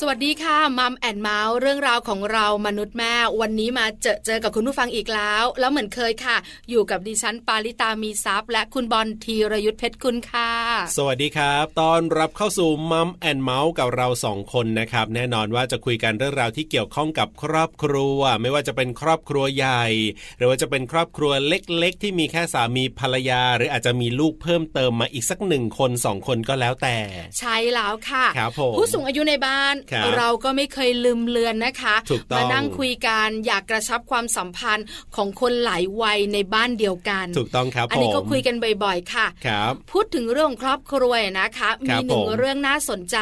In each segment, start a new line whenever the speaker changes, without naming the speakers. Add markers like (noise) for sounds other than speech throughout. สวัสดีค่ะมัมแอนเมาส์เรื่องราวของเรามนุษย์แม่ วันนี้มาเจอเจอกับคุณผู้ฟังอีกแล้ว แล้วเหมือนเคยค่ะ อยู่กับดิฉันปาริตามีซัพย์และคุณบอลธีรยุทธเพชรกุลค่ะ
สวัสดีครับต้อนรับเข้าสู่มัมแอนเมาส์กับเราสองคนนะครับ แน่นอนว่าจะคุยกันเรื่องราวที่เกี่ยวข้องกับครอบครัว ไม่ว่าจะเป็นครอบครัวใหญ่ หรือว่าจะเป็นครอบครัวเล็กๆ ที่มีแค่สามีภรรยา หรืออาจจะมีลูกเพิ่มเติมมาอีกสักหนึ่งคนสองคนก็แล้วแต่
ใช่แล้วค่ะ
ครับผม
ผู้สูงอายุในบ้าน
ครับ
เราก็ไม่เคยลืมเลือนนะคะ
ถูกต้อง
มานั่งคุยกันอยากกระชับความสัมพันธ์ของคนหลายวัยในบ้านเดียวกัน
ถูกต้องครับ
อั
ผม
นี้ก็คุยกันบ่อยๆค่ะ
ครับ
พูดถึงเรื่องครอบครัวนะคะ
ค
มี
รับ
หนึ่ง
ผม
เรื่องน่าสนใจ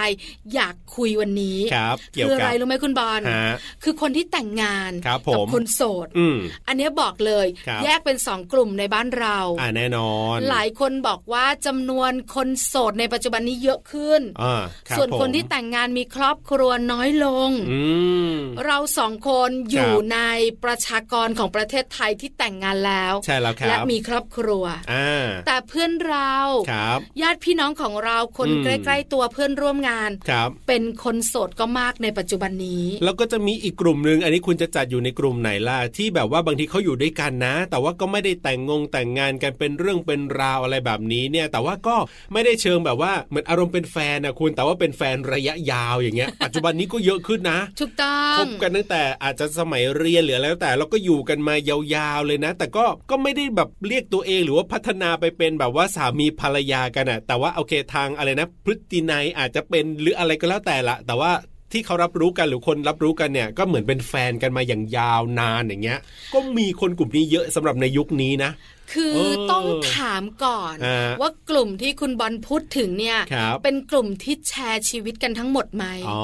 อยากคุยวันนี้
ครับ เกี่ยว
คืออะ
กับ
ไรรู้ไหมคุณบอล
ฮะ
คือคนที่แต่งงาน
ครับผม
กัคนโสด
อืม
อันเนี้ยบอกเลย
ครับ
แยกเป็นสองกลุ่มในบ้านเรา
อ่าแน่นอน
หลายคนบอกว่าจำนวนคนโสดในปัจจุบันนี้เยอะขึ้น
อ่ารับ
ส่วนคน
ผม
ที่แต่งงานมีครอบครัวน้อยลง
อืม
เราสองคนอยู่
ครับ
ในประชากรของประเทศไทยที่แต่งงานแล้ว
ใช่แล้วครับ
และมีครอบครัว
อ่า
แต่เพื่อนเรา
ครับ
ญาติพี่น้องของเราคน
อืม
ใกล้ๆตัวเพื่อนร่วมงาน
ครับ
เป็นคนโสดก็มากในปัจจุบันนี้
แล้วก็จะมีอีกกลุ่มหนึ่งอันนี้คุณจะจัดอยู่ในกลุ่มไหนล่ะที่แบบว่าบางทีเขาอยู่ด้วยกันนะ แต่ว่าก็ไม่ได้แต่งงงแต่งงานกันเป็นเรื่องเป็นราวอะไรแบบนี้เนี่ย แต่ว่าก็ไม่ได้เชิงแบบว่าเหมือนอารมณ์เป็นแฟนนะคุณแต่ว่าเป็นแฟนระยะยาวอย่างเงี้ย ปัจจุบันนี้ก็เยอะขึ้นนะ
ถูกต้อ
ค
ง
บกันตั้งแต่อาจจะสมัยเรียนหรืออะไรแล้วแต่เราก็อยู่กันมายาวๆเลยนะ แต่ก็ก็ไม่ได้แบบเรียกตัวเองหรือว่าพัฒนาไปเป็นแบบว่าสามีภรรยากันอะแต่ว่าโอเคทางอะไรนะพฤตินัยอาจจะเป็นหรืออะไรก็แล้วแต่ละแต่ว่าที่เขารับรู้กันหรือคนรับรู้กันเนี่ย ก็เหมือนเป็นแฟนกันมาอย่างยาวนานอย่างเงี้ย ก็มีคนกลุ่มนี้เยอะสำหรับในยุคนี้นะ
คือ
เออ
ต้องถามก่อน
ฮะ
ว่ากลุ่มที่คุณบอลพูดถึงเนี่ย
ครับ
เป็นกลุ่มที่แชร์ชีวิตกันทั้งหมดไหม
อ๋อ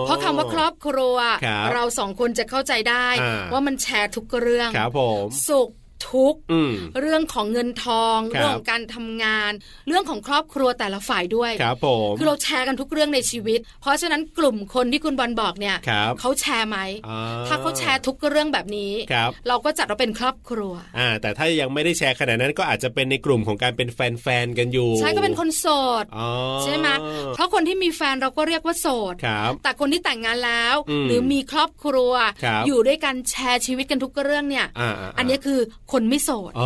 เพราะคำว่าครอบครัว
ครับ
เราสองคนจะเข้าใจได้
อ่า
ว่ามันแชร์ทุกเรื่อง
ครับผม
สุขทุกข์
อืม
เรื่องของเงินทอง
ครับ
เรื่องของการทำงาน เรื่องของครอบครัวแต่ละฝ่ายด้วย
ครับผม
คือเราแชร์กันทุกเรื่องในชีวิต เพราะฉะนั้นกลุ่มคนที่คุณบอลบอกเนี่ย
ครับ
เขาแชร์ไหม
อ่
ถ้าเขาแชร์ทุกเรื่องแบบนี้
ครับ
เราก็จัดว่าเป็นครอบครัว
อ่าแต่ถ้ายังไม่ได้แชร์ขนาดนั้นก็อาจจะเป็นในกลุ่มของการเป็นแฟนๆกันอยู่
ใช่ก็เป็นคนโสด
อ๋อ
ใช่ไหมเพราะคนที่มีแฟนเราก็เรียกว่าโสด
ครับ
แต่คนที่แต่งงานแล้ว
อืม
หรือมีครอบครัว
ครับ
อยู่ด้วยกันแชร์ชีวิตกันทุกเรื่องเนี่ย
อ่าา
อันนี้คือคนไม่โสด
เอ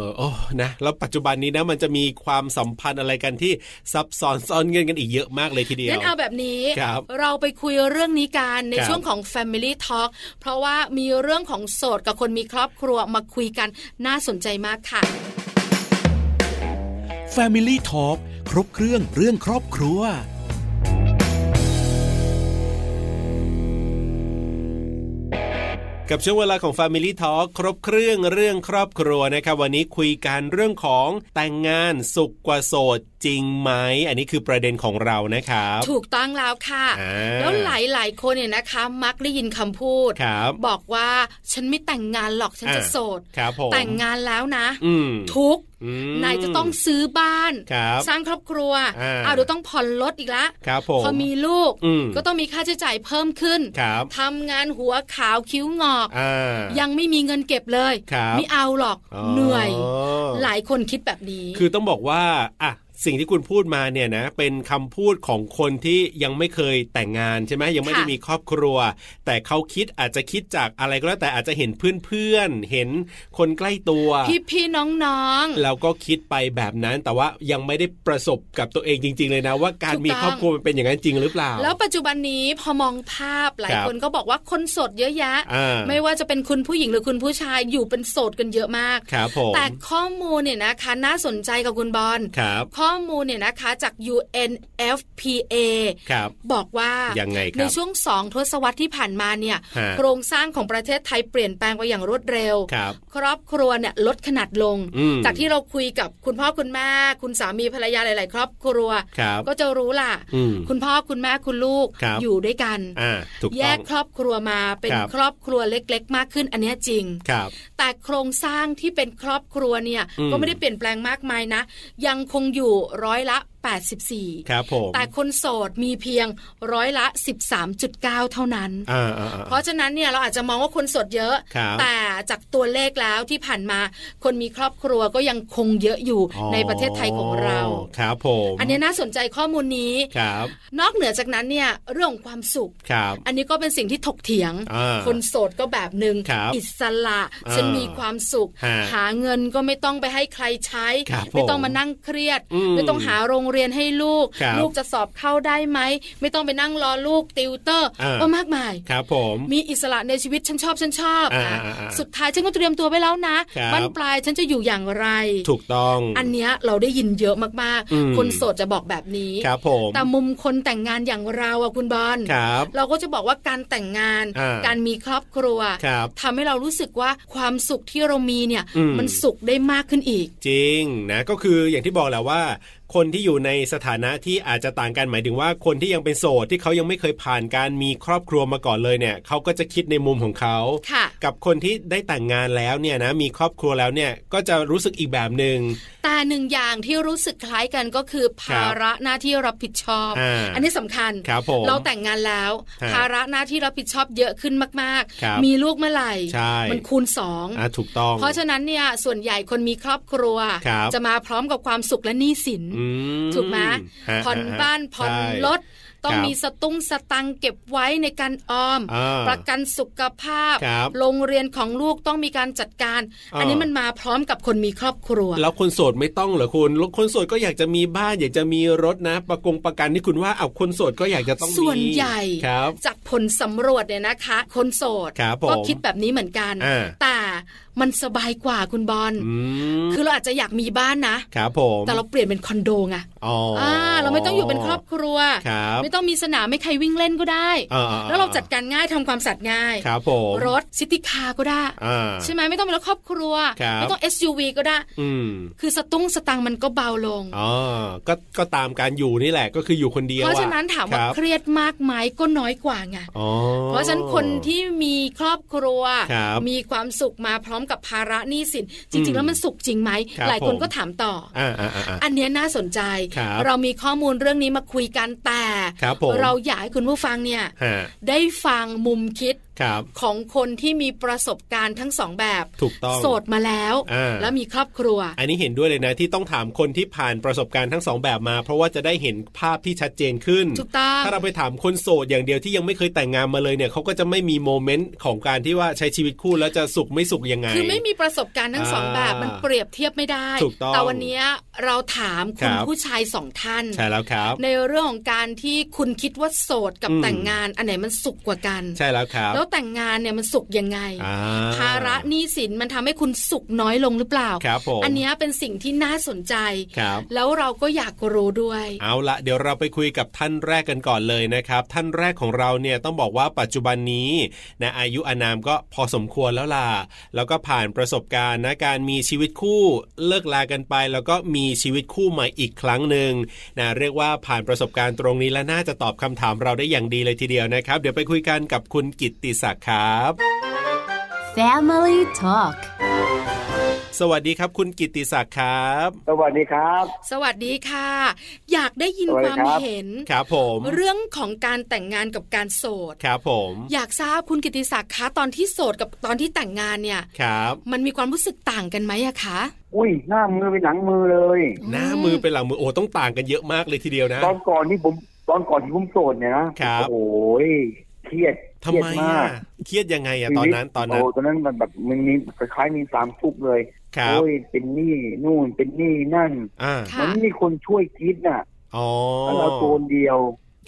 อโอ้นะแล้วปัจจุบันนี้นะมันจะมีความสัมพันธ์อะไรกันที่ซับซ้อนซ้อนเงินกันอีกเยอะมากเลยทีเดียว
งั้นเอาแบบนี้
ครับ
เราไปคุยเรื่องนี้กันใน
ครับ
ช่วงของ Family Talk เพราะว่ามีเรื่องของโสดกับคนมีครอบครัวมาคุยกันน่าสนใจมากค่ะ
Family Talk ครบเครื่องเรื่องครอบครัว
กับช่วงเวลาของ Family Talk ครบเครื่องเรื่องครอบครัวนะครับวันนี้คุยกันเรื่องของแต่งงานสุขกว่าโสดจริงไหมอันนี้คือประเด็นของเรานะครับ
ถูกต้องแล้วค่ะ
อ่า
แล้วหลายๆคนเนี่ยนะคะ มักได้ยินคำพูด
ครับ
บอกว่าฉันไม่แต่งงานหรอกฉันจะ
อ่า
โสด
ครับผม
แต่งงานแล้วนะ
อืม
ทุกข์
อืม
นายจะต้องซื้อบ้าน
ครับ
สร้างครอบครัว
อ่า
เดี๋ยวต้องผ่อนรถอีกละ
ครับผม
พอมีลูก
อืม
ก็ต้องมีค่าใช้จ่ายเพิ่มขึ้น
ครับ
ทำงานหัวขาวคิ้วงอก
อ่า
ยังไม่มีเงินเก็บเลย
ครับ
ไม่เอาหรอก
อ๋อ
เหนื่อย หลายคนคิดแบบนี้
คือต้องบอกว่าอ่ะสิ่งที่คุณพูดมาเนี่ยนะเป็นคำพูดของคนที่ยังไม่เคยแต่งงานใช่ไหมยังไม่ได้
ค่ะ
มีครอบครัว แต่เขาคิดอาจจะคิดจากอะไรก็แล้วแต่อาจจะเห็นเพื่อนๆเห็นคนใกล้ตัว
พี่พี่ๆน้อง
แล้วก็คิดไปแบบนั้นแต่ว่ายังไม่ได้ประสบกับตัวเองจริง ๆ เลยนะ ว่าการ
ถูก
มี
ต้อง
ครอบครัวมันเป็นอย่างนั้นจริงหรือเปล่า
ๆ แล้วปัจจุบันนี้พอมองภาพหลาย
ครับ
คนก็บอกว่าคนโสดเยอะแยะ
อ่า
ไม่ว่าจะเป็นคุณผู้หญิงหรือคุณผู้ชายอยู่เป็นโสดกันเยอะมาก
ครับผม
แต่ข้อมูลเนี่ยนะคะน่าสนใจกับคุณบอล
ครับ
ข้อมูลเนี่ยนะคะจาก UNFPA
ครับ
บอกว่า
ยังไงค
ใน
รับ
ช่วงสองทศวรรษที่ผ่านมาเนี่ย
ฮะ
โครงสร้างของประเทศไทยเปลี่ยนแปลงไปอย่างรวดเร็ว
ครับ
ครอบครัวเนี่ยลดขนาดลง
อืม
จากที่เราคุยกับคุณพ่อคุณแม่ คุณสามีภรรยาหลาย ๆ ครอบครัว
ครับ
ก็จะรู้ล่ะ
อืม
คุณพ่อคุณแม่คุณลูก
ครับ
อยู่ด้วยกัน
อ่าถูก
แย
ต้อก ง
ครอบครัวมาเป็น
ครับ
ครอบครัวเล็ก ๆ มากขึ้นอันเนี้ยจริง
ครับ
แต่โครงสร้างที่เป็นครอบครัวเนี่ย
อืม
ก็ไม่ได้เปลี่ยนแปลงมากมายนะ ยังคงอยู่ร้อยละ 84
ครับผม
แต่คนโสดมีเพียงร้อยละ 13.9 เท่านั้น
อ่าอ่าอ่า
เพราะฉะนั้นเนี่ยเราอาจจะมองว่าคนโสดเยอะ
ครับ
แต่จากตัวเลขแล้วที่ผ่านมา คนมีครอบครัวก็ยังคงเยอะอยู่
อ๋อ
ในประเทศไทยของเรา
ครับผม
อันนี้น่าสนใจข้อมูลนี้
ครับ
นอกเหนือจากนั้นเนี่ยเรื่องของความสุข
ครับ
อันนี้ก็เป็นสิ่งที่ถกเถียง
อ่า
คนโสดก็แบบหนึ
ครั่ บ
งอิสระ
อ่า
ฉันมีความสุข
ฮะ
หาเงินก็ไม่ต้องไปให้ใครใช้
ครับผม
ไม่ต้องมานั่งเครียด
อืม
ไม่ต้องหาโรงเรียนให้ลูก
ครับ
ลูกจะสอบเข้าได้ไหม ไม่ต้องไปนั่งรอลูกติวเตอร์
อ่า
ก็มากมาย
ครับผม
มีอิสระในชีวิตฉันชอบฉันชอบ
อ่า
นะ
อ่าอ่า
สุดท้ายฉันก็เตรียมตัวไว้แล้วนะครับ นปลายฉันจะอยู่อย่างไร
ถูกต้อง
อันเนี้ยเราได้ยินเยอะมาก
อืม
ๆ คนโสดจะบอกแบบนี้
ครับผม
แต่มุมคนแต่งงานอย่างเราอะคุณบอล
ครับ
เราก็จะบอกว่าการแต่งงาน
อ่า
การมีครอบครัว
ครับ
ทำให้เรารู้สึกว่าความสุขที่เรามีเนี่ย
อืม
นสุขได้มากขึ้นอีก
จริงนะก็คืออย่างที่บอกแหละว่า คนที่อยู่ในสถานะที่อาจจะต่างกันหมายถึงว่าคนที่ยังเป็นโสดที่เขายังไม่เคยผ่านการมีครอบครัวมาก่อนเลยเนี่ยเขาก็จะคิดในมุมของเขา
ค่ะ
กับคนที่ได้แต่งงานแล้วเนี่ยนะมีครอบครัวแล้วเนี่ยก็จะรู้สึกอีกแบบหนึ่ง
แต่หนึ่งอย่างที่รู้สึกคล้ายกันก็คือ ภาระหน้าที่รับผิดชอบ
อ่า
นนี้สำคัญ
ครับผม
เราแต่งงานแล้ว
ฮะ
ภาระหน้าที่รับผิดชอบเยอะขึ้นมาก
ครับ
มีลูกเมื่อไหร่
ใช่
มันคูณสอง
อ่ะถูกต้อง
เพราะฉะนั้นเนี่ยส่วนใหญ่คนมีครอบครัว
ครับ
จะมาพร้อมกับความสุขและหนี้สิน
อืม
ถูกไหม
ฮะ
ผ่อน
ฮะฮะ
บ้านผ่อน
ใช่
รถต้อ
ค
ง
รับ
มีสตุ้งสตังเก็บไว้ในการออม
อ่า
ประกันสุขภาพ
ครับ
โรงเรียนของลูกต้องมีการจัดการ
อ่า
อันนี้มันมาพร้อมกับคนมีครอบครัว
แล้วคนโสดไม่ต้องเหรอคุณแล้วคนโสดก็อยากจะมีบ้าน อยากจะมีรถนะ ประกงประกันที่คุณว่าเอาคนโสดก็อยากจะต้องมี
ส่วนใหญ่
ครับ
จากผลสำรวจเนี่ยนะคะ คนโสด
ครับผม
ก็คิดแบบนี้เหมือนกัน
อ่า
แต่มันสบายกว่าคุณบอล
อืม
คือเราอาจจะอยากมีบ้านนะ
ครับผม
แต่เราเปลี่ยนเป็นคอนโดไง
อ๋ออ่
าเราไม่ต้องอยู่เป็นครอบครัว
ครับ
ไม่ต้องมีสนามไม่ใครวิ่งเล่นก็ได้
อ่า
แล้วเราจัดการง่ายทำความสะอาดง่าย
ครับผม
รถซิติคาก็ได้
อ่า
ใช่ไหมไม่ต้องเป็นรถครอบครัว
ครับ
ไม่ต้อง SUV ก็ได้
อืม
คือสตุ้งสตังค์มันก็เบาลง
อ๋อก็ก็ตามการอยู่นี่แหละก็คืออยู่คนเดียว
เพราะฉะนั้นถามว่า
ครับ
เครียดมากไหมก็น้อยกว่าไง
อ๋อ
เพราะฉะนั้นคนที่มีครอบครัว
ครับ
มีความสุขมาพร้อมกับภาระหนี้สิน จริ
อื
งๆ
ม
แล้วมันสุขจริงไหม
ครับ
หลายคน
ผม
ก็ถามต่ออ
อ่าอ่าอ่าอ่า
อันเนี้ยน่าสนใจ
ครับ
เรามีข้อมูลเรื่องนี้มาคุยกันแต่
ครับผม
เราอยากให้คุณผู้ฟังเนี่ย
ฮะ
ได้ฟังมุมคิด
ครับ
ของคนที่มีประสบการณ์ทั้งสองแบบ
ถูกต้อง
โสดมาแล้ว
อ่า
แล้วมีครอบครัว
อันนี้เห็นด้วยเลยนะที่ต้องถามคนที่ผ่านประสบการณ์ทั้งสองแบบมา เพราะว่าจะได้เห็นภาพที่ชัดเจนขึ้น
ถูกต้อง
ถ้าเราไปถามคนโสดอย่างเดียวที่ยังไม่เคยแต่งงานมาเลยเนี่ยเขาก็จะไม่มีโมเมนต์ของการที่ว่าใช้ชีวิตคู่แล้วจะสุขไม่สุขยังไง
คือไม่มีประสบการณ์ทั้งสอง
อ่า
แบบมันเปรียบเทียบไม่ได้
ถูกต้อง
แต่วันเนี้ยเราถามคุณ
ครับ
ผู้ชายสองท่าน
ใช่แล้วครับ
ในเรื่องของการที่คุณคิดว่าโสดกับ
อืม
แต่งงาน อันไหนมันสุขกว่ากัน
ใช่แล้วครับ
แล้วแต่งงานเนี่ยมันสุขยังไง
อ่
ภาระหนี้สินมันทำให้คุณสุขน้อยลงหรือเปล่า
ครับผม
อันเนี้ยเป็นสิ่งที่น่าสนใจ
ครับ
แล้วเราก็อยากรู้ด้วย
เอาละเดี๋ยวเราไปคุยกับท่านแรกกันก่อนเลยนะครับ ท่านแรกของเราเนี่ยต้องบอกว่าปัจจุบันนี้นะอายุอานามก็พอสมควรแล้วล่ะแล้วก็ผ่านประสบการณ์นะการมีชีวิตคู่เลิกลากันไป แล้วก็มีชีวิตคู่ใหม่อีกครั้งหนึ่งนะเรียกว่าผ่านประสบการณ์ตรงนี้และน่าจะตอบคำถามเราได้อย่างดีเลยทีเดียวนะครับ เดี๋ยวไปคุยกันกับคุณกิตติศักดิ์ครับ
Family Talk
สวัสดีครับ คุณกิตติศักดิ์ครับ
สวัสดีครับ
สวัสดีค่ะ อยากได้ยิน
สวั
ค
สดี
วาม
ครับ
เห็น
ครับผม
เรื่องของการแต่งงานกับการโสด
ครับผม
อยากทราบคุณกิติศักดิ์คะตอนที่โสดกับตอนที่แต่งงานเนี่ย
ครับ
มันมีความรู้สึกต่างกันไหมอะคะ
อุ้ยหน้ามือเป็นหลังมือเลย
หน้ามือเป็นหลังมือโอ้ต้องต่างกันเยอะมากเลยทีเดียวนะ
ตอนก่อนที่ผมตอนก่อนที่ผมโสดเนี่ยนะครับ โอ้ยเครียดเค
ทำ
รียด
ไม
มา
อ่ะ
ก
เครียดยังไงอ่ะตอนนั้นตอนนั้น
โอ้ตอนนั้นมันแบบมันมีคล้ายๆมีสามทุกข์เลย
ครับ
โอ้ยเป็นหนี้นู่นเป็นหนี้นั่น
อ่า
ค่ะ
มันไม่มีคนช่วยคิดน่ะ
อ๋อ
แล้วเราตัวคนเดียว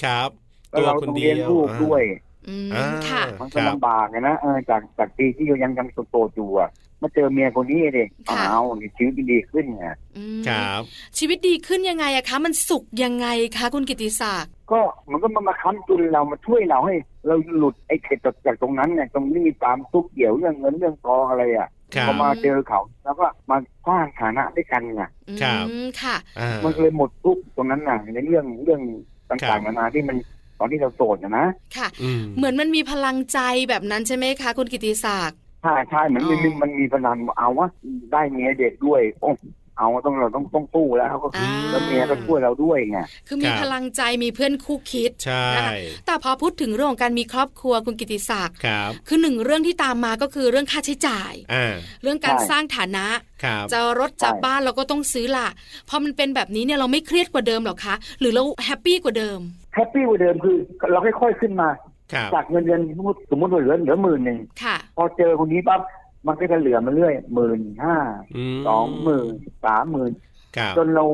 ครับ
แล้
ตั
ว
ว
เรา
ค
ต้
น
อง
เดี
เลี้
ย
ย
ว
งลูกด้วย
อืม
อ่า
ค่ะ
มัน
ค
ก็
รับ
ลำบากอะนะเออจากจากปีที่ยังยังโสดๆอยู่อะมาเจอเมียคนนี้เลย
ค่ะ
อ้าวนี่ชีวิตมันดีขึ้นไง
อืม
ครับ
ชีวิตดีขึ้นยังไงอะคะ มันสุขยังไงคะ คุณกิติศักดิ์
ก็มันก็มามาค้ำจุนเรามาช่วยเราให้ เราหลุดไอ้เข็ดจากจากตรงนั้นเนี่ยตรงนี้มีตามทุกข์เกี่ยวเรื่องเงินเรื่องทองอะไรอ่ะ
ครั
พ
บ
อมาเจอเขาแล้วก็มาสร้างฐานะด้วยกันไง
อืม
ครับ
ค่ะ
อ่า
มันก็เลยหมดทุกข์ตรงนั้นน่ะในเรื่องเรื่อง
ครั
ต่า
บ
งๆนานาที่มันตอนที่เราโสดนะนะ
ค่ะ
อืม
เหมือนมันมีพลังใจแบบนั้นใช่ไหมคะ คุณกิติศักดิ์
ใช่ใช่เหมือนมัน
อ๋อ
มันมันมีพลังเอาวะได้เมียเด็กด้วยโอ้ เอาต้องเราต้องต้องสู้แล้วก็
อ่า
แล้วเมียก็ช่วยเราด้วยไง
คือมี
ครับ
พลังใจมีเพื่อนคู่คิด
ใช่
นะคะ แต่พอพูดถึงเรื่องของการมีครอบครัวคุณกิติศักดิ์
ครับ
คือหนึ่งเรื่องที่ตามมาก็คือเรื่องค่าใช้จ่าย
อ่า
เรื่องการสร้างฐานะ
ครับ
จะรถจะบ้านเราก็ต้องซื้อล่ะพอมันเป็นแบบนี้เนี่ยเราไม่เครียดกว่าเดิมหรอคะ หรือเราแฮปปี้กว่าเดิม
แฮปปี้กว่าเดิมคือเราค่อยๆขึ้นมา
ครับ
จากเงินเดือนสมมุติสมมติว่าเหลือเหลือหมื่นหนึ่ง
ค่ะ
พอเจอคนนี้ปั๊บมันก็จะเหลือมาเรื่อยหมื่นห้า
อื
สองหมื่นสามหมื่น
ครับ
จนเรา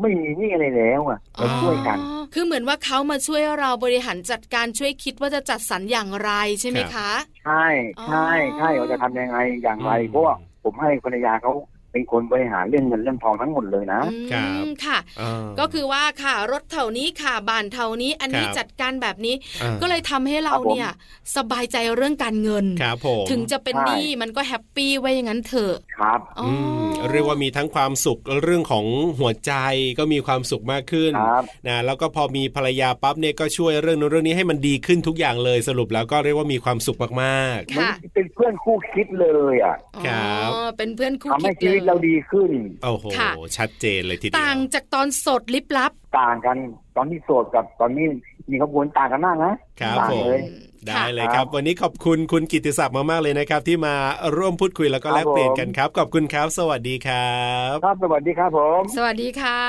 ไม่มีหนี่อะไรแล้วอ่ะเราช่วยกัน
อ๋อคือเหมือนว่าเขามาช่วยเราบริหารจัดการช่วยคิดว่าจะจัดสรรอย่างไรใช่ไหมคะ
ใช่
อ๋อ
ใช่ใช่เราจะทำยังไงอย่างไร
อืม
เพราะว่าผมให้ภรรยาเขาเป็นคนบริหารเรื่องเงินเรื่องทองทั้งหมดเลยนะ
อืม
ครับ
ค่ะ
อ่า
ก็คือว่าค่ะรถเท่านี้ค่ะบ้านเท่านี้ อันนี้
ครับ
จัดการแบบนี้
อ่า
ก็เลยทำให้เรา
ครับผม
เนี่ยสบายใจเรื่องการเงิน
ครับผม
ถึงจะเป็นหนี้มันก็แฮปปี้ไว้อย่างนั้นเถอะ
ครับ
อ๋อ
อืมเรียกว่ามีทั้งความสุขเรื่องของหัวใจก็มีความสุขมากขึ้น
ครับ
นะแล้วก็พอมีภรรยาปั๊บเนี่ยก็ช่วยเรื่องนู้นเรื่องนี้ให้มันดีขึ้นทุกอย่างเลยสรุปแล้วก็เรียกว่ามีความสุขมาก
ค่ะ
เป็นเพื่อนคู่คิดเลยอ่ะ
ครับ
อ๋อเป็นเพื่อนคู่
ทำ
คิ
ให้
ด
ชี
เลย
วิตเราดีขึ้น
ๆ โอ้โห
ค่ะ
ชัดเจนเลยทีเดียว
ต่างจากตอนสดลิบลับ
ต่างกันตอนที่โสดกับตอนนี้มีขบวนต่างกันมากนะครับต่าง
ผม
เลย
ได้เลย
ค่ะ
ครับ วันนี้ขอบคุณคุณกิตติศักดิ์มากๆเลยนะครับ ที่มาร่วมพูดคุยแล้วก็
ครับ
แลกเปลี่ยน
ผม
กันครับ ขอบคุณครับ สวัสดีครับ
ครับสวัสดีครับผม
สวัสดีค่ะ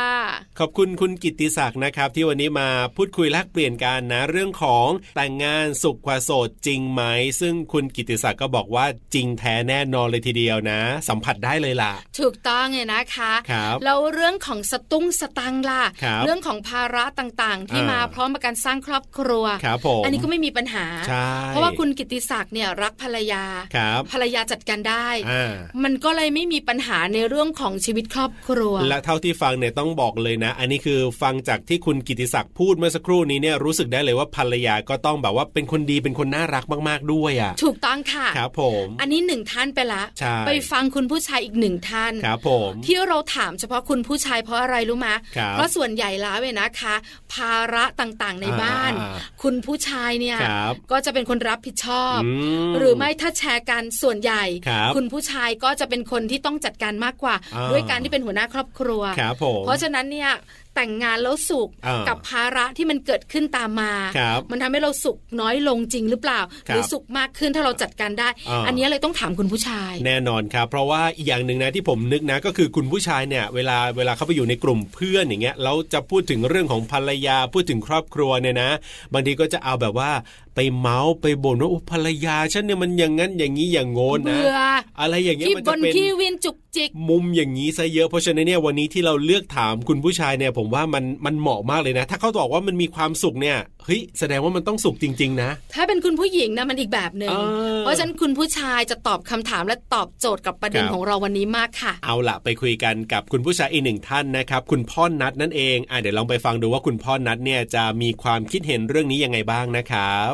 ขอบคุณคุณกิตติศักดิ์นะครับ ที่วันนี้มาพูดคุยแลกเปลี่ยนกันนะ เรื่องของแต่งงานสุขกว่าโสดจริงไหม ซึ่งคุณกิตติศักดิ์ก็บอกว่าจริงแท้แน่นอนเลยทีเดียวนะ สัมผัสได้เลยล่ะ
ถูกต้องเลยนะคะ
ครับ
แล้วเรื่องของสตุ้งสตังค์ล่ะ
ครับ
เรื่องของภาระต่างๆ ที่
อ่าม
มาพร้อมกับการสร้างครอบครัว
ครับผม
อันนี้ก็ไม่มีปัญหา
ใช่
เพราะว่าคุณกิติศักดิ์เนี่ยรักภรรยา
ครับ
ภรรยาจัดการได้
อ่า
มันก็เลยไม่มีปัญหาในเรื่องของชีวิตครอบครัว
และเท่าที่ฟังเนี่ยต้องบอกเลยนะ อันนี้คือฟังจากที่คุณกิติศักดิ์พูดเมื่อสักครู่นี้เนี่ยรู้สึกได้เลยว่าภรรยาก็ต้องแบบว่าเป็นคนดีเป็นคนน่ารักมาก ๆด้วยอ่ะ
ถูกต้องค่ะ
ครับผม
อันนี้หนึ่งท่านไปละ
ใช่
ไปฟังคุณผู้ชายอีกหนึ่งท่าน
ครับผม
ที่เราถามเฉพาะคุณผู้ชายเพราะอะไรรู้มะ
ครับ
เพราะส่วนใหญ่แล้วเว้ยนะคะ ภาระต่างๆในบ้าน
อ่า
คุณผู้ชายเนี่ย
ครับ
ก็จะเป็นคนรับผิดชอบ
อืม
หรือไม่ถ้าแชร์กันส่วนใหญ่
ครับ
ณผู้ชายก็จะเป็นคนที่ต้องจัดการมากกว่า
อ่า
ด้วยการที่เป็นหัวหน้าครอบครัว
ครับผม
เพราะฉะนั้นเนี่ยแต่งงานแล้วสุข
อ่ากั
กับภาระที่มันเกิดขึ้นตามมา
ครับ
มันทำให้เราสุขน้อยลงจริงหรือเปล่า
ค
ห
รับ
รือสุขมากขึ้นถ้าเราจัดการได้
อ่า
อันเนี้ยเลยต้องถามคุณผู้ชาย
แน่นอนครับ เพราะว่าอีกอย่างหนึ่งนะที่ผมนึกนะ ก็คือคุณผู้ชายเนี่ยเวลาเวลาเขาไปอยู่ในกลุ่มเพื่อนอย่างเงี้ยแล้วจะพูดถึงเรื่องของภรรยาพูดถึงครอบครัวเนี่ยนะ บางทีก็จะเอาแบบว่าไปเมาส์ไปบ่นว่าโอ้ภรรยาฉันเนี่ยมันอย่างนั้นอย่างนี้อย่างโน้นนะ
เบื่อ
อะไรอย่างเงี้ย
ขี้
มัน
บ
จะ
น
เป็น
ขี้วินจุกจิก
มุมอย่างนี้ซะเยอะเพราะฉะนั้นเนี่ยวันนี้ที่เราเลือกถามคุณผู้ชายเนี่ยผมว่ามันมันเหมาะมากเลยนะ ถ้าเขาบอกว่ามันมีความสุขเนี่ยเฮ้ยแสดงว่ามันต้องสุขจริง ๆ นะ
ถ้าเป็นคุณผู้หญิงนะมันอีกแบบหนึง่ง
เออ
เพราะฉะนั้นคุณผู้ชายจะตอบคำถามและตอบโจทย์กับประเด็นของเราวันนี้มากค่ะ
เอาละไปคุยกันกับคุณผู้ชายอีกหนึ่งท่านนะครับ คุณพ่อนัทนั่นเองอ่ะเดี๋ยวลองไปฟังดูว่าคุณพ่อนัทเนี่ยจะมีความคิดเห็นเรื่องนี้ยังไงบ้างนะครับ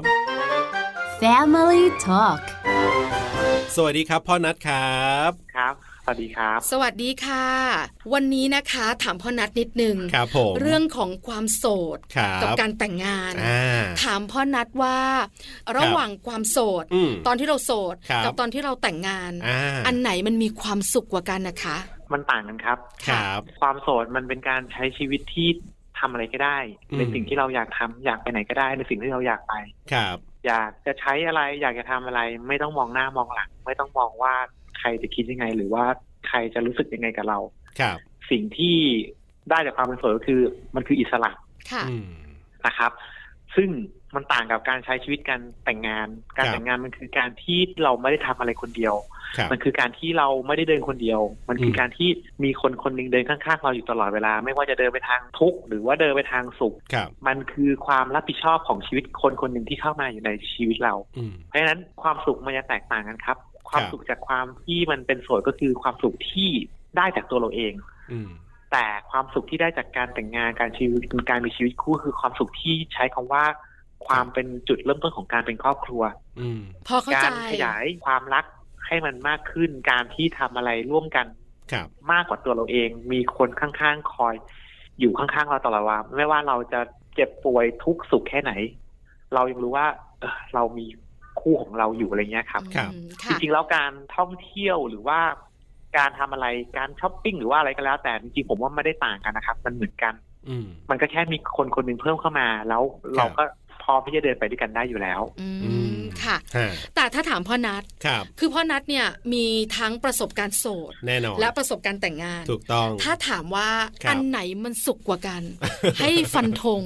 Family Talk
สวัสดีครับ พ่อนัทครับ
ครับ สวัสดีครับ
สวัสดีค่ะ วันนี้นะคะถามพ่อนัดนิดนึง
ครับผม
เรื่องของความโสด
ครับ
กับการแต่งงาน
อ่า
ถามพ่อนัดว่า ระหว่างความโสด
อืม
ตอนที่เราโสด
ครับ
กัตอนที่เราแต่งงาน
อ่า
อันไหนมันมีความสุขกว่ากันนะคะ
มันต่างกันครับ
ครับ
ความโสดมันเป็นการใช้ชีวิตที่ทำอะไรก็ได้
อืม
ในสิ่งที่เราอยากทำอยากไปไหนก็ได้ ในสิ่งที่เราอยากไป
ครับ
อยากจะใช้อะไร อยากจะทำอะไร ไม่ต้องมองหน้ามองหลัง ไม่ต้องมองว่าใครจะคิดยังไง หรือว่าใครจะรู้สึกยังไงกับเรา
ครับ
สิ่งที่ได้จากความเป็นโสดก็คือมันคืออิสระ
ค่ะ
อืม
นะครับ ซึ่งมันต่างกับการใช้ชีวิตการแต่งงาน กา
ครับ
รแต่งงานมันคือการที่เราไม่ได้ทำอะไรคนเดียว
ครับ
มันคือการที่เราไม่ได้เดินคนเดียว มันคืออ
ม
การที่มีคนคนหนึ่งเดินข้างๆเราอยู่ตลอดเวลา ไม่ว่าจะเดินไปทางทุกข์หรือว่าเดินไปทางสุข
ครับ
มันคือความรับผิดชอบของชีวิตคนคนหนึ่งที่เข้ามาอยู่ในชีวิตเรา
อืม
เพราะฉะนั้นความสุขมันจะแตกต่างกันครับ ความ
ครับ
สุขจากความที่มันเป็นโสดก็คือความสุขที่ได้จากตัวเราเอง
อืม
แต่ความสุขที่ได้จากการแต่งงานการชีวิตการมีชีวิตคู่คือความสุขที่ใช้คำว่า ความเป็นจุดเริ่มต้นของการเป็นครอบครัว
อืม
พอเข้า
การ
ใจ
ขยายความรักให้มันมากขึ้น การที่ทำอะไรร่วมกัน
ครับ
มากกว่าตัวเราเอง มีคนข้างๆคอย อยู่ข้างๆเราตลอดเวลาไม่ว่าเราจะเจ็บป่วยทุกข์สุขแค่ไหน เรายังรู้ว่าเอ่อเรามีคู่ของเราอยู่อะไรเงี้ยครับ
ครับ
อืม
จ
ค่ะ
ริงๆแล้วการท่องเที่ยวหรือว่า การทำอะไรการช้อปปิ้งหรือว่าอะไรก็แล้ว แต่จริงๆผมว่าไม่ได้ต่างกันนะครับ มันเหมือนกัน
อืม
มันก็แค่มีคนคนหนึ่งเพิ่มเข้ามา แล้วเราก็พร้อมที่จะเดินไปด้วยกันได้อยู่แล้ว
อื
อื
ม
ม
ค่ะ
ฮะ
แต่ถ้าถามพ่อนัท
ครับ
คือพ่อนัทเนี่ยมีทั้งประสบการณ์โสด
แน่นอน
และประสบการณ์แต่งงาน
ถูกต้อง
ถ้าถามว่า
ครับ
อันไหนมันสุขกว่ากัน ให้ฟันธ
(laughs)
ง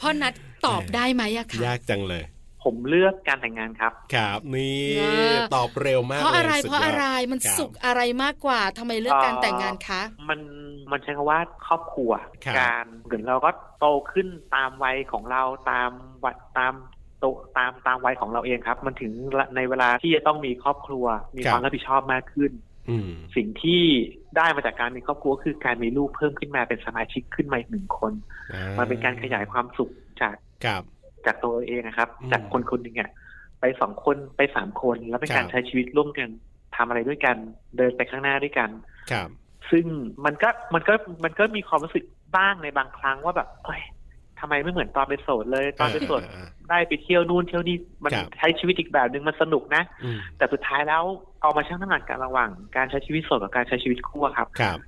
พ่อนัทตอบได้ไหมอะคะ
ยากจังเลย
ผมเลือกการแต่งงานครับ
ครับ นี่
เออ
ตอบเร็วมาก
เพราะ
ลย
อะไร
สุด
เพราะ
ยด
อะไรมัน
ครับ
สุขอะไรมากกว่าทำไมเลือกการแต่งงานคะ
มันมันใช้คำว่าครอบครัว
ครับ
การเหมือนเราก็โตขึ้นตามวัยของเราตามวัยตามโตตามตามวัยของเราเองครับ มันถึงในเวลาที่จะต้องมีครอบครัว มีความรับผิดชอบมากขึ้น
อืม
สิ่งที่ได้มาจากการมีครอบครัวคือการมีลูกเพิ่มขึ้นมาเป็นสมาชิกขึ้นมาอีกหนึ่งคน
อ่
มันเป็นการขยายความสุขจาก
ครับ
จากตัวเองนะครับ
อืม
จากคนคนหนึ่งอะไปสองคนไปสามคน แล้วเป็น
ครับ
การใช้ชีวิตร่วมกันทำอะไรด้วยกันเดินไปข้างหน้าด้วยกัน
ครับ
ซึ่งมันก็มันก็มันก็มีความรู้สึกบ้างในบางครั้งว่าแบบเอ้ยทำไมไม่เหมือนตอนเป็นโสดเลย ตอนเป็นโสด
อ่าอ่า
ได้ไปเที่ยวนู่นเที่ยวนี่มัน
ครับ
ใช้ชีวิตอีกแบบหนึ่งมันสนุกนะ
อืม
แต่สุดท้ายแล้วเอามาชั่งน้ำหนักกันระหว่าง การใช้ชีวิตโสดกับการใช้ชีวิตคู่อะครับ
ครับ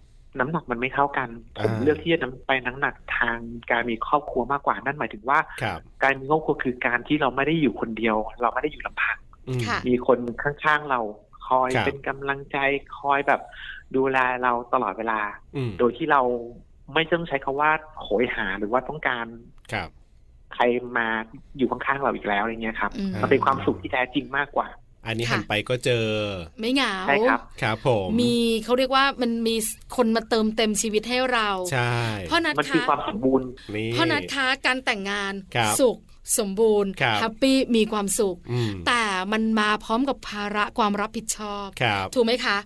น้ำหนักมันไม่เท่ากัน ผม
อ่า
เลือกที่จะนำไปน้ำหนักทางการมีครอบครัวมากกว่านั่นหมายถึงว่า
ครับ
การมีครอบครัวคือการที่เราไม่ได้อยู่คนเดียว เราไม่ได้อยู่ลำพัง
อืม
ค่ะ
มีคนข้างๆเราคอย
ครับ
เป็นกำลังใจคอยแบบดูแลเราตลอดเวลา
อืม
โดยที่เราไม่ต้องใช้คำว่าโหยหาหรือว่าต้องการ
ครับ
ใครมาอยู่ข้างๆเราอีกแล้วอะไรเงี้ยครับ
อืม
มันเป็นความสุขที่แท้จริงมากกว่า
อันนี้
ค่ะ
หันไปก็เจอ
ไม่เหงา
ใช่ครับ
ครับผม
มีเขาเรียกว่ามันมีคนมาเติมเต็มชีวิตให้เรา
ใช่
พ่อนัท
มันคือ
คะ
ความสมบูรณ์
นี่
พ่อนัทคะการแต่งงาน
ครับ
สุข สมบูรณ์
ครับ
แฮปปี้มีความสุข
อืม
แต่มันมาพร้อมกับภาระความรับผิดชอบ
ครับ
ถูกไหมคะ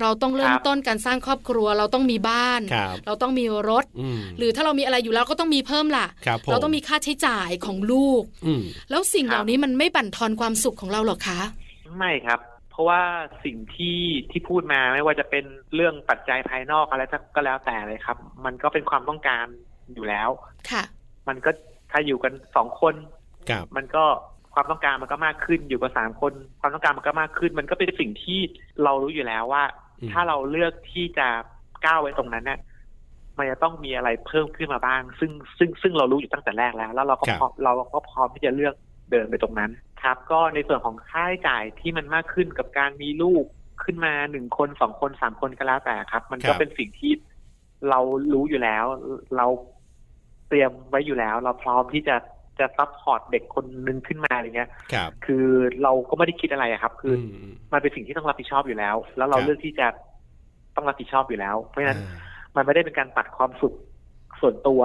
เราต้องเริ่ม
ครับ
ต้นการสร้างครอบครัว เราต้องมีบ้าน
ครับ
เราต้องมีรถ
อืม
หรือถ้าเรามีอะไรอยู่แล้วก็ต้องมีเพิ่มล่ะ
ครับผม
เราต้องมีค่าใช้จ่ายของลูก
อืม
แล้วสิ่ง
ครับ
เหล่านี้มันไม่บั่นทอนความสุขของเราหรอกคะ
ไม่ครับ เพราะว่าสิ่งที่ที่พูดมาไม่ว่าจะเป็นเรื่องปัจจัยภายนอกอะไรก็แล้วแต่เลยครับ มันก็เป็นความต้องการอยู่แล้ว
ค่ะ
มันก็ถ้าอยู่กันสองคน
ครับ
มันก็ความต้องการมันก็มากขึ้นอยู่กับสามคน ความต้องการมันก็มากขึ้น มันก็เป็นสิ่งที่เรารู้อยู่แล้วว่า
อืม
ถ้าเราเลือกที่จะก้าวไว้ตรงนั้นเนี่ยมันจะต้องมีอะไรเพิ่มขึ้นมาบ้าง ซึ่งซึ่งซึ่งเรารู้อยู่ตั้งแต่แรกแล้ว แล้วเราก็พร้อมเราก็พร้อมที่จะเลือกเดินไปตรงนั้น ครับ ก็ในส่วนของค่าใช้จ่ายที่มันมากขึ้นกับการมีลูกขึ้นมาหนึ่งคนสองคนสามคนก็แล้วแต่ครับ มัน
ครั
ก็
บ
เป็นสิ่งที่เรารู้อยู่แล้ว เราเตรียมไว้อยู่แล้ว เราพร้อมที่จะจะซัพพอร์ตเด็กคนหนึงขึ้นมาอะไรเงี้ย
ครับ
คือเราก็ไม่ได้คิดอะไรอะครับ คืออ
มม
มันเป็นสิ่งที่ต้องรับผิดชอบอยู่แล้ว แล้วเรา
ครับ
เลือกที่จะต้องรับผิดชอบอยู่แล้ว เพราะฉะนั้น
อ่า
มันไม่ได้เป็นการตัดความสุขส่วนตัว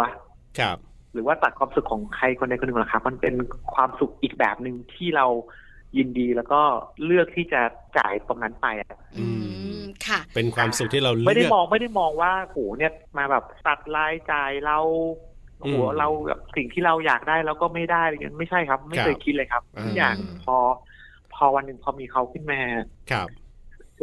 ครับ
หรือว่าตัดความสุขของใครคนใดคนหนึ่งหรอกครับ มันเป็นความสุขอีกแบบหนึ่งที่เรายินดีแล้วก็เลือกที่จะจ่ายตรงนั้นไปอะ
อื
อืม
ม ค่ะ
เป็นความสุขที่เราเลือก
ไม่ได้มองไม่ได้มองว่าโหเนี่ยมาแบบตัดรายจ่ายเราโอ้โห
อืม
เราแบบสิ่งที่เราอยากได้เราก็ไม่ได้อะไรเงี้ยไม่ใช่ครับ ไม่เค
ค
ย
รับ
คิดเลยครับ
อ่า
ทุกอย่างพอ พอวันหนึ่งพอมีเขาขึ้นมา
ครับ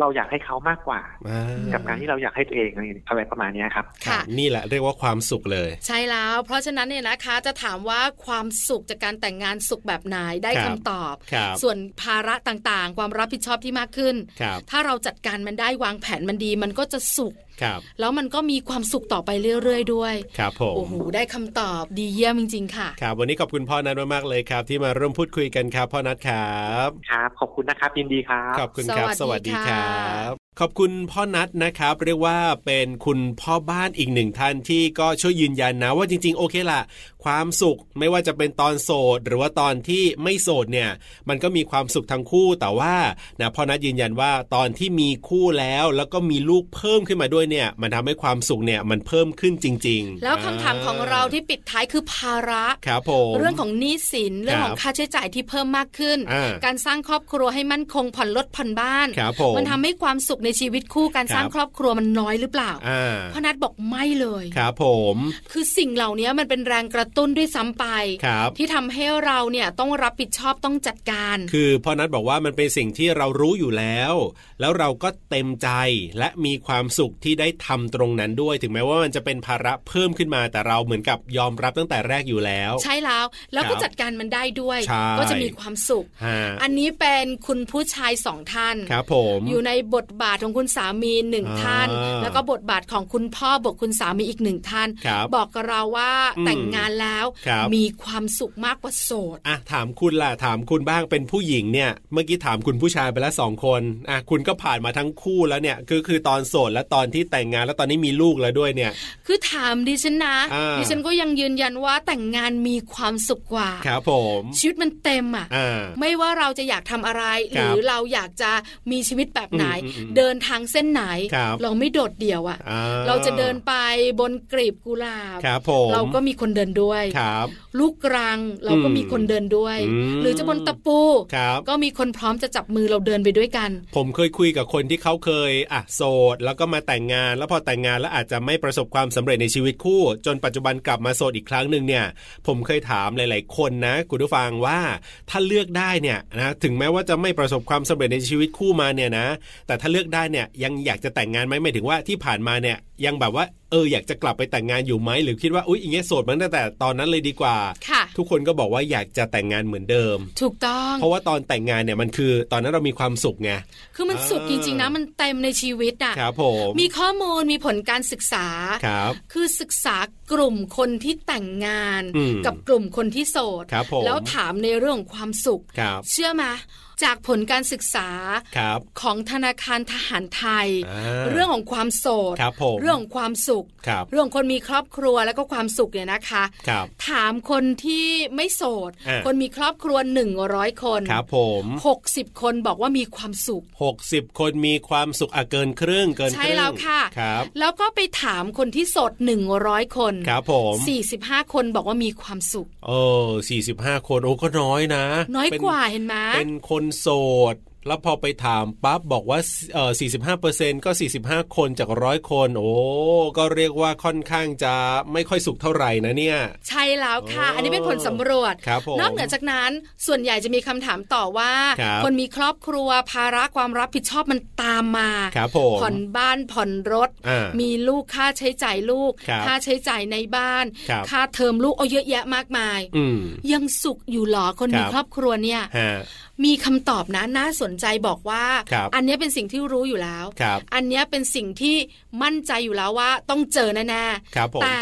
เราอยากให้เขามากกว่า
อ่า
กับการที่เราอยากให้ตัวเองอะไรอะไรประมาณเนี้ยครับ
ครั
ค่ะ
บนี่แหละเรียกว่าความสุขเลย
ใช่แล้ว เพราะฉะนั้นเนี่ยนะคะ จะถามว่าความสุขจากการแต่งงานสุขแบบไหนได้
ครั
คำ
บ
ตอบ
ครับ
ส่วนภาระต่างๆ ความรับผิดชอบที่มากขึ้น
ครับ
ถ้าเราจัดการมันได้วางแผนมันดี มันก็จะสุข
ครับ
แล้วมันก็มีความสุขต่อไปเรื่อยๆ ด้วย
ครับผม
โอ้โห ได้คำตอบดีเยี่ยมจริงๆ ค่ะ
ครับวันนี้ขอบคุณพ่อนัทมากๆเลยครับ ที่มาร่วมพูดคุยกันครับพ่อนัทครับ
ครับ ขอบคุณนะครับ ยินดีครับ
ขอบคุณครับ
ส
ส
วั
วั
ส
ส
ดี
ดี
ค
ค
รั
รับ บ ขอบคุณพ่อนัทนะครับ เรียกว่าเป็นคุณพ่อบ้านอีกหนึ่งท่านที่ก็ช่วยยืนยันนะว่าจริงๆ โอเคล่ะ ความสุขไม่ว่าจะเป็นตอนโสด หรือว่าตอนที่ไม่โสดเนี่ย มันก็มีความสุขทั้งคู่แต่ว่านะพ่อนัทยืนยันว่าตอนที่มีคู่แล้ว แล้วก็มีลูกเพิ่มขึ้นมาด้วยเนี่ย มันทำให้ความสุขเนี่ยมันเพิ่มขึ้นจริงๆ
แล้วคำถามของเราที่ปิดท้ายคือภาระ
ครับผม
เรื่องของหนี้สินเรื่อง
ค
ข
รับ
องค่าใช้จ่ายที่เพิ่มมากขึ้น
อ่า
การสร้างครอบครัวให้มั่นคงผ่อนลดผ่อนบ้าน
ครับผม
มันทำให้ความสุขในชีวิตคู่การ
ครับ
สร้างครอบครัวมันน้อยหรือเปล่า
อ่า
พ่อนัทบอกไม่เลย
ครับผม
คือสิ่งเหล่านี้มันเป็นแรงกระตุ้นด้วยซ้ำไป
ครับ
ที่ทำให้เราเนี่ยต้องรับผิดชอบต้องจัดการ
คือพ่อนัทบอกว่ามันเป็นสิ่งที่เรารู้อยู่แล้ว แล้วเราก็เต็มใจและมีความสุขที่ได้ทำตรงนั้นด้วย ถึงแม้ว่ามันจะเป็นภาระเพิ่มขึ้นมาแต่เราเหมือนกับยอมรับตั้งแต่แรกอยู่แล้ว
ใช่แล้วแล้วก็
ครับ
จัดการมันได้ด้วย
ใช่
ก็จะมีความสุข
ฮะ
อันนี้เป็นคุณผู้ชายสองท่าน
ครับผม
อยู่ในบทบาท ทของคุณสามีหนึ่ง
อ่า
ท่าน แล้วก็บทบาทของคุณพ่อบวกคุณสามีอีกหนึ่งท่าน
ครับ
บอกกับเราว่า
อืม
แต่งงานแล้ว
ครับ
มีความสุขมากกว่าโสด
อ่ะถามคุณล่ะถามคุณบ้างเป็นผู้หญิงเนี่ย เมื่อกี้ถามคุณผู้ชายไปแล้วสองคนอ่ะคุณก็ผ่านมาทั้งคู่แล้วเนี่ยคือคือตอนโสดและตอนที่แต่งงานแล้วตอนนี้มีลูกแล้วด้วยเนี่ย
คือถามดิฉันนะ
อ่า
ดิฉันก็ยังยืนยันว่าแต่งงานมีความสุขกว่า
ครับผม
ชีวิตมันเต็มอ่ะ
อ่า
ไม่ว่าเราจะอยากทำอะไร
ค
ห
รับ
รือเราอยากจะมีชีวิตแบบไหน
อืมอืมอืม
เดินทางเส้นไหน
ครับ
เราไม่โดดเดี่ยวอ่ะ
อ่
เราจะเดินไปบนกลีบกุหลาบ
ครับผม
เราก็มีคนเดินด้วย
ครับ
ลูกรังเราก็มีคนเดินด้วย
อืม
หรือจะบนตะปู
ครับ
ก็มีคนพร้อมจะจับมือเราเดินไปด้วยกัน
ผมเคยคุยกับคนที่เขาเคยอ่ะโสดแล้วก็มาแต่งงาน แล้วพอแต่งงานแล้วอาจจะไม่ประสบความสำเร็จในชีวิตคู่ จนปัจจุบันกลับมาโสดอีกครั้งหนึ่งเนี่ย ผมเคยถามหลาย ๆ คนนะคุณผู้ฟังว่าถ้าเลือกได้เนี่ยนะถึงแม้ว่าจะไม่ประสบความสำเร็จในชีวิตคู่มาเนี่ยนะ แต่ถ้าเลือกได้เนี่ยยังอยากจะแต่งงานไหมหมายถึงว่าที่ผ่านมาเนี่ยยังแบบว่าเอออยากจะกลับไปแต่งงานอยู่ไหมหรือคิดว่าอุ๊ยอย่างเงี้ยโสดมาตั้งแต่ตอนนั้นเลยดีกว่า
ค่ะ
ทุกคนก็บอกว่าอยากจะแต่งงานเหมือนเดิม
ถูกต้อง
เพราะว่าตอนแต่งงานเนี่ยมันคือ ตอนนั้นเรามีความสุขไง
คือมันสุข
เออ
จริง ๆ นะ มันเต็มในชีวิตอ่ะ
ครับผม
มีข้อมูลมีผลการศึกษา
ครับ
คือศึกษากลุ่มคนที่แต่งงาน
อืม
กับกลุ่มคนที่โสด
ครับผม
แล้วถามในเรื่องของความสุข
ครับ
เชื่อมาจากผลการศึกษา
ครับ
ของธนาคารทหารไทย
อ่า
เรื่องของความโสด
ครับผม
เรื่องของความสุข
ครับ
เรื่องคนมีครอบครัวแล้วก็ความสุขเนี่ยนะคะ
ครับ
ถามคนที่ไม่โสด
อ่า
คนมีครอบครัว 100 คน
ครับผม
60 คนบอกว่ามีความสุข
60 คนมีความสุขอ่ะเกินครึ่งเกิน
ใช่
ครึ่ง
แล้วค่ะ
ครับ
แล้วก็ไปถามคนที่โสด 100 คน
ครับผม
45 คนบอกว่ามีความสุข
โอ้สี่สิบห้าคนโอ้ก็น้อยนะ
น้อย
เป็น
กว่าเห็นไหม
เป็นคนโสด แล้วพอไปถามปั๊บบอกว่าเอ่อ45%ก็ 45 คนจากร้อยคน โอ้ก็เรียกว่าค่อนข้างจะไม่ค่อยสุขเท่าไหร่นะเนี่ย
ใช่แล้วค่ะ
โอ้
อันนี้เป็นผลสำรวจ
ครับผม
นอกเหนือจากนั้นส่วนใหญ่จะมีคำถามต่อว่า
ครับ
นมีครอบครัวภาระความรับผิดชอบมันตามมา
ครับผม
ผ่อนบ้านผ่อนรถ
อ่ามี
มีลูกค่าใช้จ่ายลูก
ครับ
ค่าใช้จ่ายในบ้าน
ครับ
ค่าเทอมลูกเอาเยอะแยะมากมาย
อืม
ยังสุขอยู่เหรอคนมี
ครับ
ครอบครัวเนี่ย
ฮะ
มีคำตอบนะน่าสนใจบอกว่า
ครับ
อันเนี้ยเป็นสิ่งที่รู้อยู่แล้ว
ครับ
อันเนี้ยเป็นสิ่งที่มั่นใจอยู่แล้วว่าต้องเจอแน่
ครับผม
ๆแต่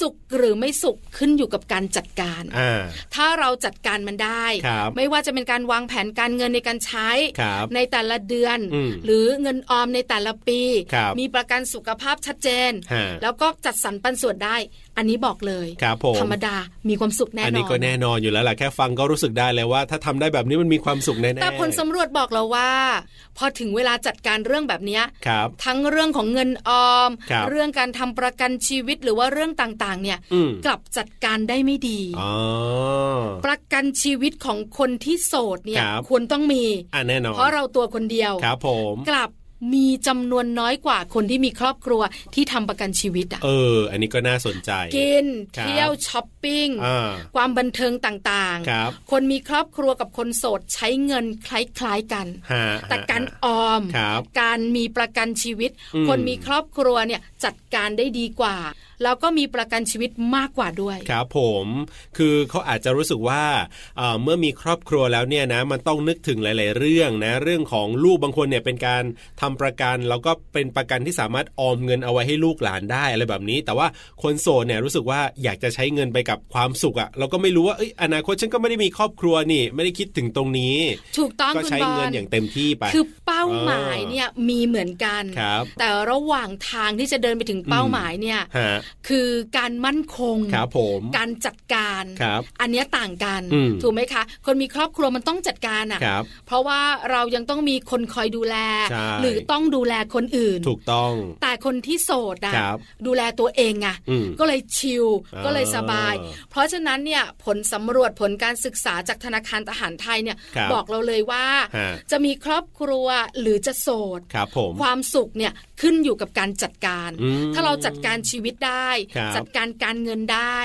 สุขหรือไม่สุขขึ้นอยู่กับการจัดการ
อ่า
ถ้าเราจัดการมันได้
ครับ
ไม่ว่าจะเป็นการวางแผนการเงินในการใช้
ครับ
ในแต่ละเดือน
อืม
หรือเงินออมในแต่ละปี
ครับ
มีประกันสุขภาพชัดเจน
ฮะ
แล้วก็จัดสรรปันส่วนได้ อันนี้บอกเลย
ครับผม
ธรรมดามีความสุขแน่นอน
อันนี้ก็แน่นอนอยู่แล้วล่ะแค่ฟังก็รู้สึกได้เลยว่า ถ้าทำได้แบบนี้มันมีความสุขแน่ๆ
แต่ผลสำรวจบอกเราว่า พอถึงเวลาจัดการเรื่องแบบเนี้ย
ครับ
ทั้งเรื่องของเงินออม
ครับ
เรื่องการทำประกันชีวิตหรือว่าเรื่องต่างๆ เนี่ย
อืม
กลับจัดการได้ไม่ดี
อ๋อ
ประกันชีวิตของคนที่โสดเนี่ย
ครับ
ควรต้องมี
อ่ะแน่นอน
เพราะเราตัวคนเดียว
ครับผม
กลับมีจำนวนน้อยกว่าคนที่มีครอบครัวที่ทำประกันชีวิตอ่ะ
เออ อันนี้ก็น่าสนใจ
กิน
ครับ
เที่ยวช้อปปิ้ง
อ่า
ความบันเทิงต่าง
ครับ
ๆ คนมีครอบครัวกับคนโสดใช้เงินคล้ายๆกัน
ฮะ
แต่การ
ฮะ
ออม
ครับ
การมีประกันชีวิต
อืม
คนมีครอบครัวเนี่ยจัดการได้ดีกว่า แล้วก็มีประกันชีวิตมากกว่าด้วย
ครับผมคือเขาอาจจะรู้สึกว่าเอ่อเมื่อมีครอบครัวแล้วเนี่ยนะมันต้องนึกถึงหลาย ๆ เรื่องนะเรื่องของลูกบางคนเนี่ยเป็นการทำประกันแล้วก็เป็นประกันที่สามารถออมเงินเอาไว้ให้ลูกหลานได้อะไรแบบนี้ แต่ว่าคนโสดเนี่ยรู้สึกว่าอยากจะใช้เงินไปกับความสุขอะเราก็ไม่รู้ว่าเอ้ยอนาคตฉันก็ไม่ได้มีครอบครัวนี่ ไม่ได้คิดถึงตรงนี้
ถูกต้อง
ก็
คุณ
ใช้
บอ
เงิน
ล
อย่างเต็มที่ไป
คือเป้าหมายเนี่ยมีเหมือนกัน
ครับ
แต่ระหว่างทางที่จะเดินไปถึงเป้าหมายเนี่ย
ฮะ
คือการมั่นคง
ครับผม
การจัดการ
ครับ
อันเนี้ยต่างกัน
อืม
ถูกไหมคะ คนมีครอบครัวมันต้องจัดการ
ค
อ่ะ
รับ
เพราะว่าเรายังต้องมีคนคอยดูแล
ใช่
หรือต้องดูแลคนอื่น
ถูกต้อง
แต่คนที่โสดอะ
ครับ
ดูแลตัวเองอะ
อืม
ก็เลยชิล
อ่า
ก็เลยสบาย เพราะฉะนั้นเนี่ยผลสำรวจผลการศึกษาจากธนาคารทหารไทยเนี่ย
ครับ
อกเราเลยว่า
ฮะ
จะมีครอบครัวหรือจะโสด
ครับผม
ความสุขเนี่ยขึ้นอยู่กับการจัดการ
อืม
ถ้าเราจัดการชีวิตได้
ครับ
จัดการการเงินได้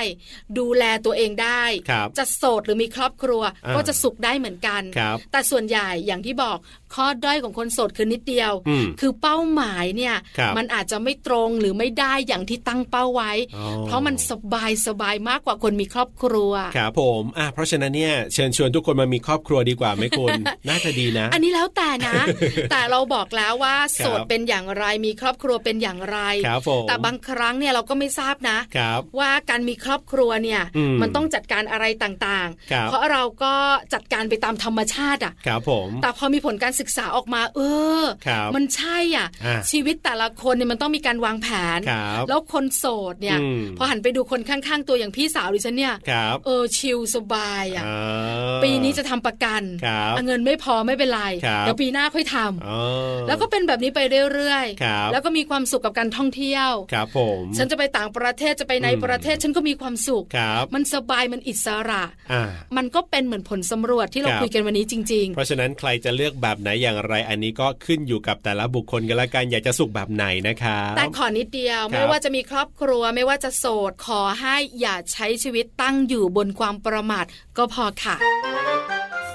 ดูแลตัวเองได้
ครับ
จะโสดหรือมีครอบครัว
อ่า
ก็จะสุขได้เหมือนกัน
ครับ
แต่ส่วนใหญ่อย่างที่บอกข้อด้อยของคนโสดคือนิดเดียว
อืม
คือเป้าหมายเนี่ย
ครับ
มันอาจจะไม่ตรงหรือไม่ได้อย่างที่ตั้งเป้าไว้
อ๋อ
เพราะมันสบายสบายมากกว่าคนมีครอบครัว
ครับผมอ่ะเพราะฉะนั้นเนี่ยเชิญชวนทุกคนมามีครอบครัวดีกว่าไหม
(laughs)
คุณ น่าจะดีนะ
อันนี้แล้วแต่นะ
(laughs)
แต่เราบอกแล้วว่าโสด
ครับ
เป็นอย่างไรมีครอบครัวเป็นอย่างไร
ครับผม
แต่บางครั้งเนี่ยเราก็ไม่ทราบนะ
ครับ
ว่าการมีครอบครัวเนี่ย
อืม
นต้องจัดการอะไรต่าง
ครั
ๆ
บ
เพราะเราก็จัดการไปตามธรรมชาติอ่ะ
ครับผม
แต่พอมีผลการศึกษาออกมา เออ
ครับ
มันใช่อ่ะ
อ่า
ชีวิตแต่ละคนเนี่ยมันต้องมีการวางแผน
ครับ
แล้วคนโสดเนี่ย
อืม
พอหันไปดูคนข้างๆ ตัวอย่างพี่สาวดิฉันเนี่ย
ครับ
เออชิลสบายอ่ะ
อ่า
ปีนี้จะทำประกัน
ครับ
อ่ะเงินไม่พอไม่เป็นไร
ครับ
เดี๋ยวปีหน้าค่อยทำ
อ๋อ
แล้วก็เป็นแบบนี้ไปเรื่อย
ครับ
แล้วก็มีความสุขกับการท่องเที่ยว
ครับผม
ฉันจะไปต่างประเทศจะไปใน
อืม
ประเทศฉันก็มีความสุข
ครับ
มันสบายมันอิสระ
อ่า
มันก็เป็นเหมือนผลสำรวจที่เรา
ครับ
คุยกันวันนี้จริง
เพราะฉะนั้นใครจะเลือกแบบไหนอย่างไร อันนี้ก็ขึ้นอยู่กับแต่ละบุคคลกันละกันอยากจะสุขแบบไหนนะครับ
ๆ แต่ขอนิดเดียว
ครับ
ไม่ว่าจะมีครอบครัวไม่ว่าจะโสดขอให้อย่าใช้ชีวิตตั้งอยู่บนความประมาทก็พอค่ะ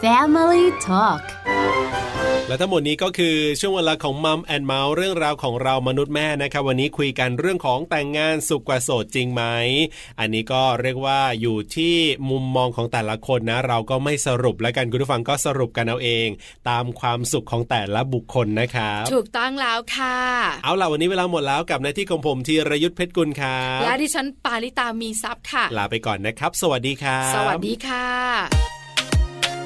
Family Talk
และทั้งหมดนี้ก็คือช่วงเวลาของมัมแอนเมาส์เรื่องราวของเรามนุษย์แม่นะครับ วันนี้คุยกันเรื่องของแต่งงานสุขกว่าโสดจริงไหม อันนี้ก็เรียกว่าอยู่ที่มุมมองของแต่ละคนนะ เราก็ไม่สรุปแล้วกันคุณผู้ฟังก็สรุปกันเอาเอง ตามความสุขของแต่ละบุคคลนะครับ
ถูกต้องแล้วค่ะ
เอาล่ะวันนี้เวลาหมดแล้วกับหน้าที่ของผมธีรยุทธเพชรกุลครั
และ
บ
ดิฉันปาริตามีซัพ์ค่ะ
ลาไปก่อนนะครับ สวัสดีครับ
สวัสดีค่ะ